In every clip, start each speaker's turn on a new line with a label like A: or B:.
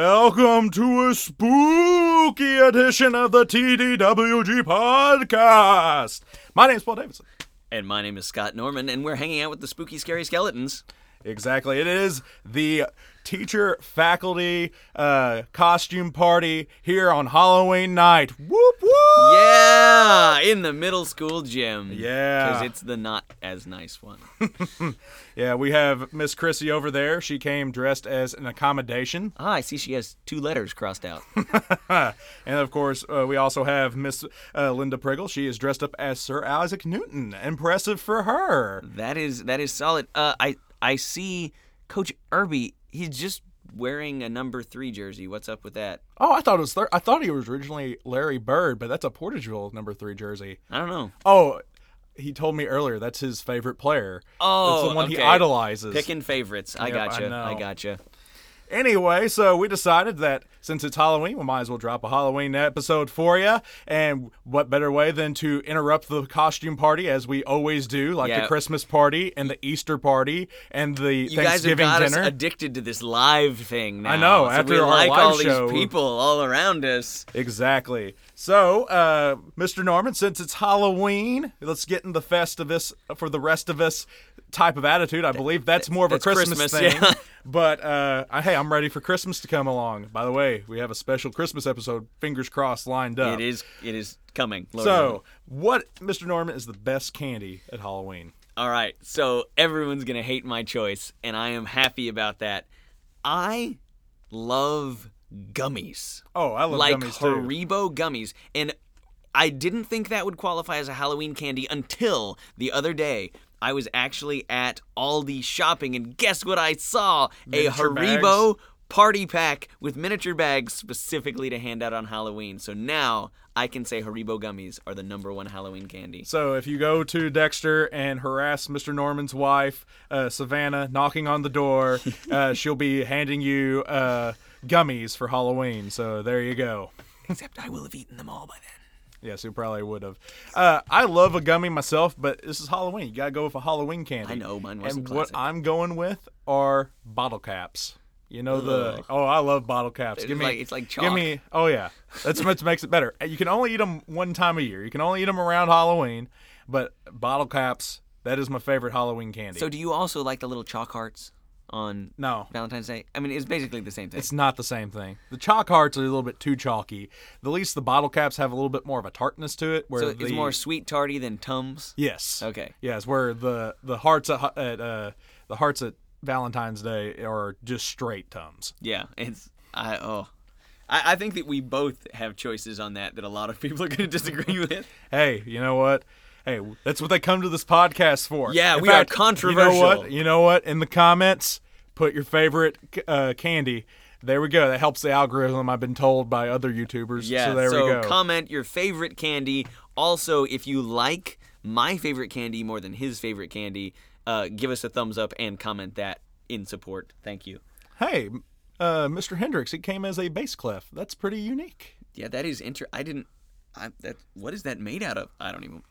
A: Welcome to a spooky edition of the TDWG podcast. My name's Paul Davidson.
B: And my name is Scott Norman, and we're hanging out with the spooky, scary skeletons.
A: Exactly. It is the teacher faculty uh, costume party here on Halloween night. Whoop whoop.
B: Yeah, in the middle school gym.
A: Yeah.
B: because it's the not as nice one.
A: Yeah, we have Miss Chrissy over there. She came dressed as an accommodation.
B: ah, I see she has two letters crossed out.
A: and of course, uh, we also have Miss uh, Linda Priggle. She is dressed up as Sir Isaac Newton. Impressive for her.
B: that is that is solid. Uh, I I see Coach Irby. He's just wearing a number three jersey. What's up with that?
A: Oh, I thought it was. Thir- I thought he was originally Larry Bird, but that's a Portageville number three jersey.
B: I don't know.
A: Oh, he told me earlier that's his favorite player.
B: Oh,
A: it's the one he
B: okay.
A: idolizes.
B: Picking favorites. I
A: Yep, I
B: gotcha. I,
A: know.
B: gotcha.
A: Anyway, so we decided that since it's Halloween, we might as well drop a Halloween episode for you. And what better way than to interrupt the costume party as we always do, like the
B: Yeah.
A: Christmas party and the Easter party and the
B: You guys have
A: Thanksgiving
B: got
A: dinner.
B: us addicted to this live thing now.
A: I know,
B: So
A: after
B: we
A: our
B: like
A: live
B: all
A: show-
B: these people all around us.
A: Exactly. So, uh, Mr. Norman, since it's Halloween, let's get in the festivus uh, for the rest of us type of attitude. I believe that's more of
B: that's
A: a Christmas,
B: Christmas,
A: thing.
B: yeah.
A: But uh, I- hey, I'm ready for Christmas to come along. By the way, we have a special Christmas episode, fingers crossed, lined up.
B: It is it is coming. Lord willing.
A: Uh, So, what, Mr. Norman, is the best candy at Halloween?
B: All right, so everyone's gonna hate my choice, and I am happy about that. I love gummies,
A: Oh, I love
B: like
A: gummies too.
B: Haribo gummies, and I didn't think that would qualify as a Halloween candy until the other day. I was actually at Aldi shopping, and guess what I saw?
A: Miniature
B: a Haribo party pack with miniature bags specifically to hand out on Halloween. So now I can say Haribo gummies are the number one Halloween candy.
A: So if you go to Dexter and harass Mr. Norman's wife, uh, Savannah, knocking on the door, uh, she'll be handing you uh, gummies for Halloween. So there you go.
B: Except I will have eaten them all by then.
A: Yes, you probably would have. Uh, I love a gummy myself, but this is Halloween. You gotta go with a Halloween candy.
B: I know, mine
A: And
B: wasn't
A: what
B: classic.
A: I'm going with are bottle caps. You know the oh, I love bottle caps. Give me
B: like- it's like
A: Give
B: chalk.
A: me oh yeah, that's what makes it better. You can only eat them one time a year. You can only eat them around Halloween, but bottle caps that is my favorite Halloween candy.
B: So do you also like the little chalk hearts on
A: no,
B: Valentine's Day? I mean, it's basically the same thing.
A: it's not the same thing. The chalk hearts are a little bit too chalky. At least the bottle caps have a little bit more of a tartness to it. Where
B: so it's
A: the-
B: more sweet tardy than Tums.
A: Yes.
B: Okay.
A: Yes, where the the hearts at, at uh, the hearts at Valentine's Day are just straight tums.
B: Yeah, it's I oh. I, I think that we both have choices on that that a lot of people are going to disagree with.
A: Hey, you know what? Hey, that's what they come to this podcast for.
B: Yeah,
A: In
B: we are
A: fact, You know what?
B: controversial.
A: You know what? In the comments, put your favorite uh, candy. There we go. That helps the algorithm. I've been told by other YouTubers.
B: Yeah,
A: So there we go.
B: comment your favorite candy. Also, if you like my favorite candy more than his favorite candy, uh, give us a thumbs up and comment that in support. Thank you.
A: hey, uh, Mr. Hendrix, it came as a bass clef. That's pretty unique.
B: Yeah, that is inter. I didn't. I, that what is that made out of? I don't even.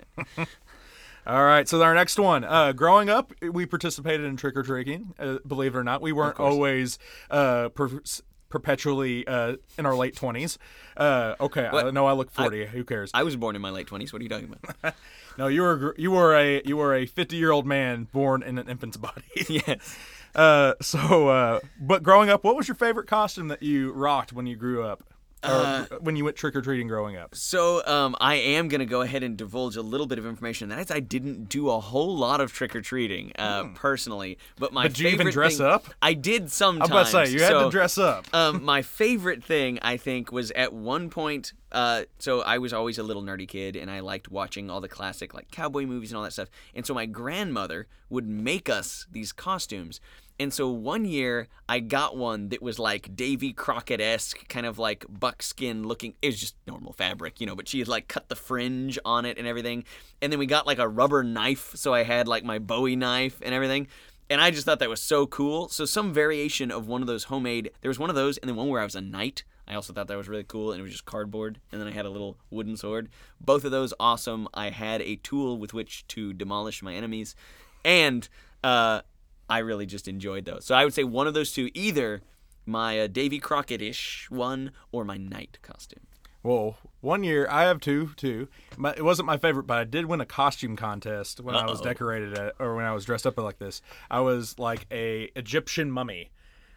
A: All right, so our next one. Uh, growing up, we participated in trick or treating. Uh, believe it or not, we weren't always uh, per- perpetually uh, in our late twenties. Uh, okay, I know I look forty. Who cares?
B: I was born in my late twenties. What are you talking about?
A: no, you were a gr- you were a you were a fifty year old man born in an infant's body.
B: yes.
A: uh, so, uh, but growing up, what was your favorite costume that you rocked when you grew up, or
B: Uh,
A: when you went trick or treating growing up?
B: So um, I am going to go ahead and divulge a little bit of information. That is, I didn't do a whole lot of trick or treating uh, personally, but my
A: Did Hmm. you even
B: favorite
A: dress
B: thing-
A: up?
B: I did
A: I'm
B: sometimes.
A: about to say you had
B: so,
A: to dress up.
B: um, my favorite thing I think was at one point. Uh, so I was always a little nerdy kid, and I liked watching all the classic like cowboy movies and all that stuff. And so my grandmother would make us these costumes. And so one year I got one that was like Davy Crockett esque, kind of like buckskin looking. It was just normal fabric, you know, but she had like cut the fringe on it and everything. And then we got like a rubber knife, so I had like my Bowie knife and everything. And I just thought that was so cool. So some variation of one of those homemade. There was one of those, and then one where I was a knight. I also thought that was really cool, and it was just cardboard. And then I had a little wooden sword. Both of those awesome. I had a tool with which to demolish my enemies, and uh, I really just enjoyed those. So I would say one of those two, either my uh, Davy Crockett-ish one or my knight costume.
A: Well, one year I have two, two. My, it wasn't my favorite, but I did win a costume contest when I was decorated at, or when I was dressed up like this. I was like a Egyptian mummy.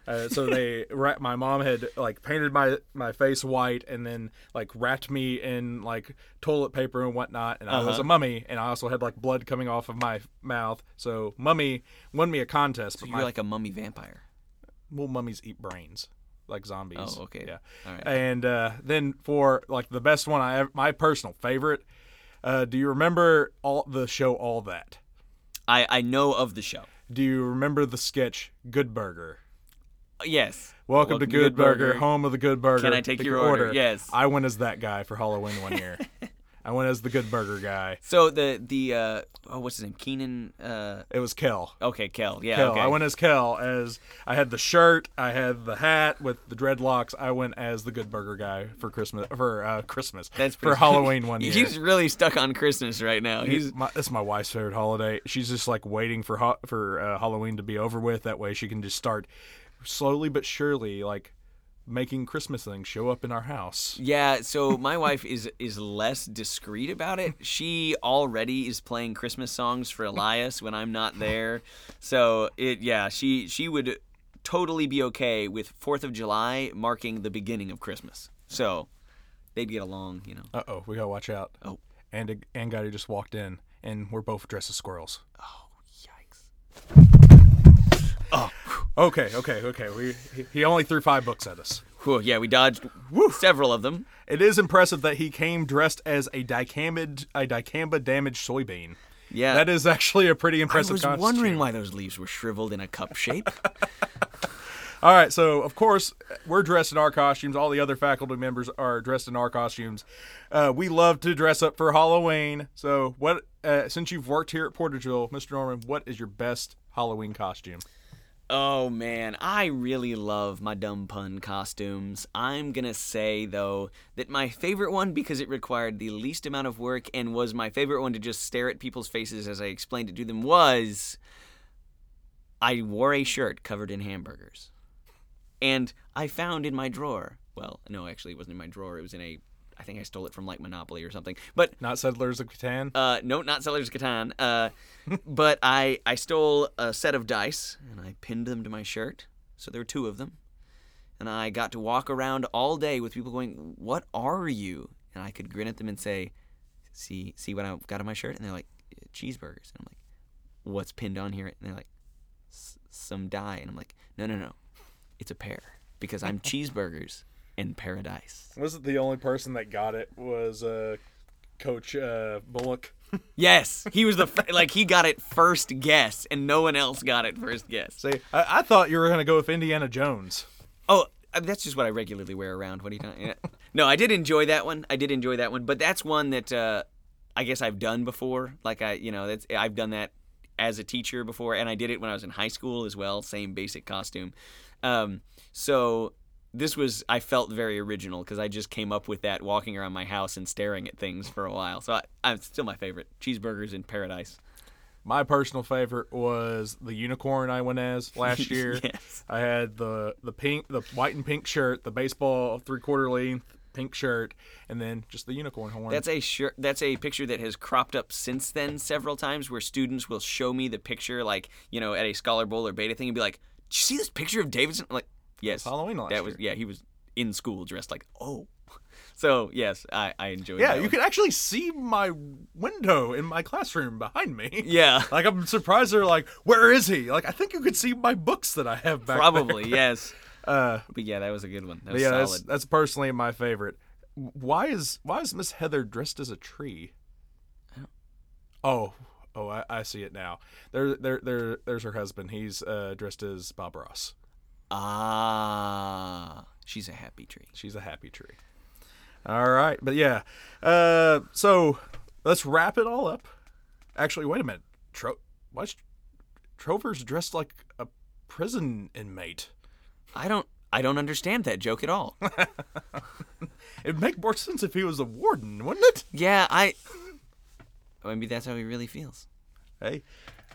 A: Uh, so they wrap my mom had like painted my my face white and then like wrapped me in like toilet paper and whatnot and i was a mummy and i also had like blood coming off of my mouth so mummy won me a contest but
B: You're
A: my
B: like a mummy vampire.
A: well, mummies eat brains like zombies.
B: Oh, okay.
A: Yeah.
B: All right.
A: And uh, then for like the best one I ever, my personal favorite. Uh, do you remember all the show All That?
B: I I know of the show.
A: Do you remember the sketch Good Burger?
B: Yes.
A: Welcome, to Good, Burger, home of the Good Burger.
B: Can I take your order? Yes.
A: I went as that guy for Halloween one year. I went as the Good Burger guy.
B: So the the uh oh what's his name Keenan uh
A: It was Kel.
B: okay Kel yeah
A: Kel.
B: okay
A: I went as Kel as I had the shirt, I had the hat with the dreadlocks. I went as the Good Burger guy for Christmas for uh, Christmas
B: That's
A: for
B: pretty-
A: Halloween one year.
B: He's really stuck on Christmas right now. He's
A: my, that's my wife's favorite holiday. She's just like waiting for ho- for uh, Halloween to be over with. That way she can just start slowly but surely like making Christmas things show up in our house.
B: yeah. So my wife is is less discreet about it. She already is playing Christmas songs for Elias when I'm not there. So it yeah she she would totally be okay with Fourth of July marking the beginning of Christmas. So they'd get along, you know.
A: Uh oh, we gotta watch out.
B: Oh.
A: and and Gotti just walked in, and we're both dressed as squirrels.
B: Yikes.
A: Okay, okay, okay. We he- he only threw five books at us.
B: Whew, yeah, we dodged several of them.
A: It is impressive that he came dressed as a dicamba a dicamba damaged soybean.
B: Yeah.
A: That is actually a pretty
B: I
A: impressive.
B: was
A: costume.
B: wondering why those leaves were shriveled in a cup shape.
A: All right, so of course we're dressed in our costumes. All the other faculty members are dressed in our costumes. Uh, we love to dress up for Halloween. So, what uh, since you've worked here at Portageville, Mr. Norman, what is your best Halloween costume?
B: oh man, I really love my dumb pun costumes. I'm gonna say though that my favorite one because it required the least amount of work and was my favorite one to just stare at people's faces as I explained it to them was I wore a shirt covered in hamburgers. And I found in my drawer, well, no, actually it wasn't in my drawer, it was in a I think I stole it from like Monopoly or something. But
A: Not Settlers of Catan.
B: Uh, no, not Sellers of Catan. Uh, but I, I stole a set of dice and I pinned them to my shirt. So there were two of them. And I got to walk around all day with people going, What are you? And I could grin at them and say, See, see what I've got on my shirt? And they're like, Cheeseburgers. And I'm like, What's pinned on here? And they're like, "S- Some dye. And I'm like, No, no, no. It's a pear because I'm cheeseburgers and paradise.
A: Was it the only person that got it was uh, Coach uh, Bullock?
B: Yes, he was the f- like he got it first guess, and no one else got it first guess.
A: Say, I-, I thought you were gonna go with Indiana Jones.
B: Oh, uh, that's just what I regularly wear around. What do you talking? yeah. No, I did enjoy that one. I did enjoy that one, but that's one that uh, I guess I've done before. Like I, you know, that's I've done that as a teacher before, and I did it when I was in high school as well. Same basic costume. Um, so this was I felt very original because I just came up with that walking around my house and staring at things for a while. So I, I'm still my favorite cheeseburgers in paradise.
A: My personal favorite was the unicorn I went as last year.
B: Yes.
A: I had the the pink, the white and pink shirt, the baseball three quarter length pink shirt, and then just the unicorn horn.
B: That's a sure. That's a picture that has cropped up since then several times, where students will show me the picture, like you know, at a Scholar Bowl or Beta thing, and be like, "Did you see this picture of Davidson?" I'm like, yes,
A: Halloween last
B: that was yeah. He was in school dressed like oh. So yes, I I enjoyed.
A: yeah,
B: that
A: you
B: one.
A: could actually see my window in my classroom behind me.
B: Yeah,
A: Like I'm surprised they're like, where is he? Like I think you could see my books that I have back
B: probably yes.
A: there. Uh,
B: But yeah, that was a good one. That
A: but
B: was
A: yeah, that's,
B: solid.
A: that's personally my favorite. Why is why is Miss Heather dressed as a tree? Oh, oh, I, I see it now. There, there, there, there's her husband. He's uh, dressed as Bob Ross.
B: Ah, she's a happy tree.
A: She's a happy tree. All right, but yeah. Uh, so let's wrap it all up. Actually, wait a minute. Tro- why is Trover's dressed like a prison inmate?
B: I don't I don't understand that joke at all.
A: It'd make more sense if he was a warden, wouldn't it?
B: yeah, I. Maybe that's how he really feels.
A: Hey,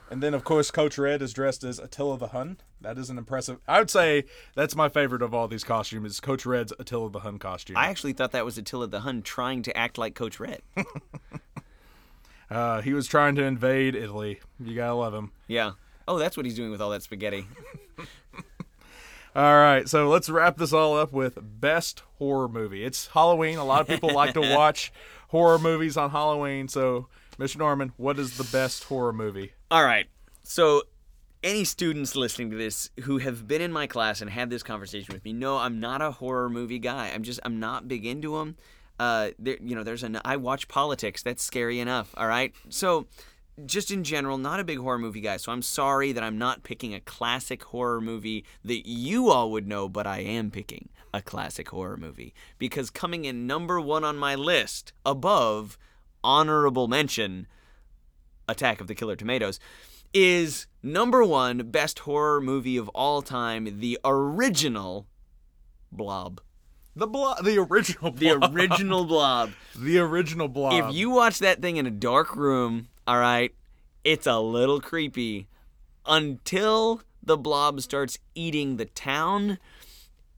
A: And then, of course, Coach Red is dressed as Attila the Hun. That is an impressive. I would say that's my favorite of all these costumes. Is Coach Red's Attila the Hun costume.
B: I actually thought that was Attila the Hun trying to act like Coach Red.
A: Uh, he was trying to invade Italy. You gotta love him.
B: yeah. Oh, that's what he's doing with all that spaghetti.
A: All right, so let's wrap this all up with best horror movie. It's Halloween. A lot of people like to watch horror movies on Halloween. So, Mr. Norman, what is the best horror movie?
B: All right. So, any students listening to this who have been in my class and had this conversation with me know I'm not a horror movie guy. I'm just I'm not big into them. Uh, there, you know, there's an I watch politics. That's scary enough. All right. So, just in general, not a big horror movie guy. So I'm sorry that I'm not picking a classic horror movie that you all would know, but I am picking a classic horror movie because coming in number one on my list above honorable mention Attack of the Killer Tomatoes, is number one best horror movie of all time, the original Blob.
A: The blob, the original
B: The
A: blob,
B: original Blob.
A: the, original blob.
B: If you watch that thing in a dark room, all right, it's a little creepy until the blob starts eating the town,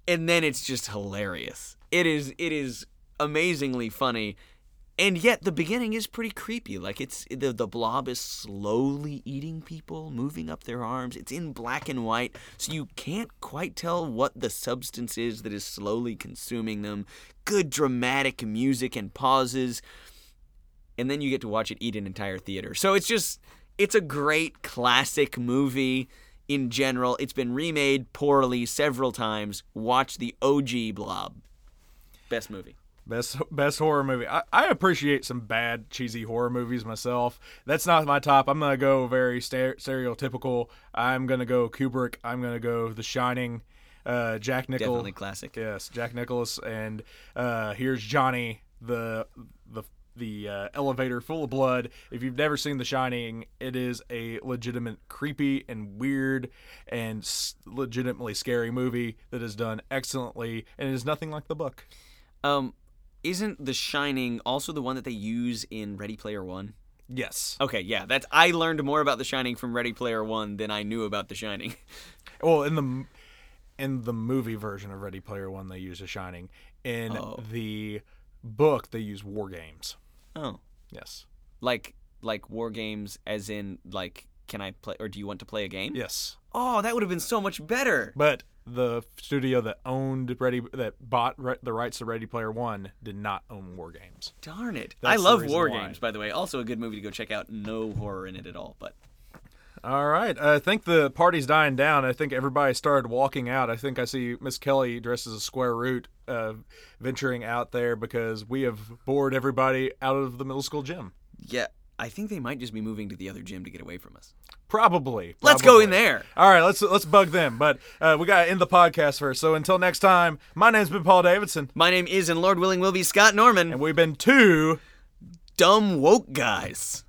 B: and then it's just hilarious. It is it is amazingly funny. And yet the beginning is pretty creepy. Like it's the the blob is slowly eating people, moving up their arms. It's in black and white, so you can't quite tell what the substance is that is slowly consuming them. Good dramatic music and pauses and then you get to watch it eat an entire theater. So it's just it's a great classic movie in general. It's been remade poorly several times. Watch the OG Blob. Best movie.
A: Best best horror movie. I, I appreciate some bad cheesy horror movies myself. That's not my top. I'm gonna go very ster- stereotypical. I'm gonna go Kubrick. I'm gonna go The Shining. Uh, Jack Nichol.
B: Definitely classic.
A: Yes, Jack Nicholas, and uh, here's Johnny, the the the uh, elevator full of blood. If you've never seen The Shining, it is a legitimate creepy and weird and s- legitimately scary movie that is done excellently, and it is nothing like the book.
B: Um isn't The Shining also the one that they use in Ready Player 1?
A: Yes.
B: Okay, yeah, that's I learned more about The Shining from Ready Player 1 than I knew about The Shining.
A: Well, in the m- in the movie version of Ready Player One, they use The Shining. In
B: Oh.
A: the book, they use War Games.
B: oh.
A: Yes.
B: Like like war games as in like can I play or do you want to play a game?
A: Yes.
B: Oh, that would have been so much better.
A: But the studio that owned Ready that bought re- the rights to Ready Player One did not own War Games.
B: Darn it. I
A: That's the
B: love
A: reason
B: war
A: why.
B: games, by the way. Also a good movie to go check out. No horror in it at all, but
A: All right, I think the party's dying down. I think everybody started walking out. I think I see Miss Kelly dressed as a square root uh, venturing out there because we have bored everybody out of the middle school gym.
B: yeah, I think they might just be moving to the other gym to get away from us.
A: Probably.
B: Let's go in
A: probably.
B: there.
A: All right, let's let's bug them. But uh, we gotta end the podcast first. So until next time, my name's been Paul Davidson,
B: My name is and Lord willing will be Scott Norman.
A: and we've been two.
B: Dumb woke guys.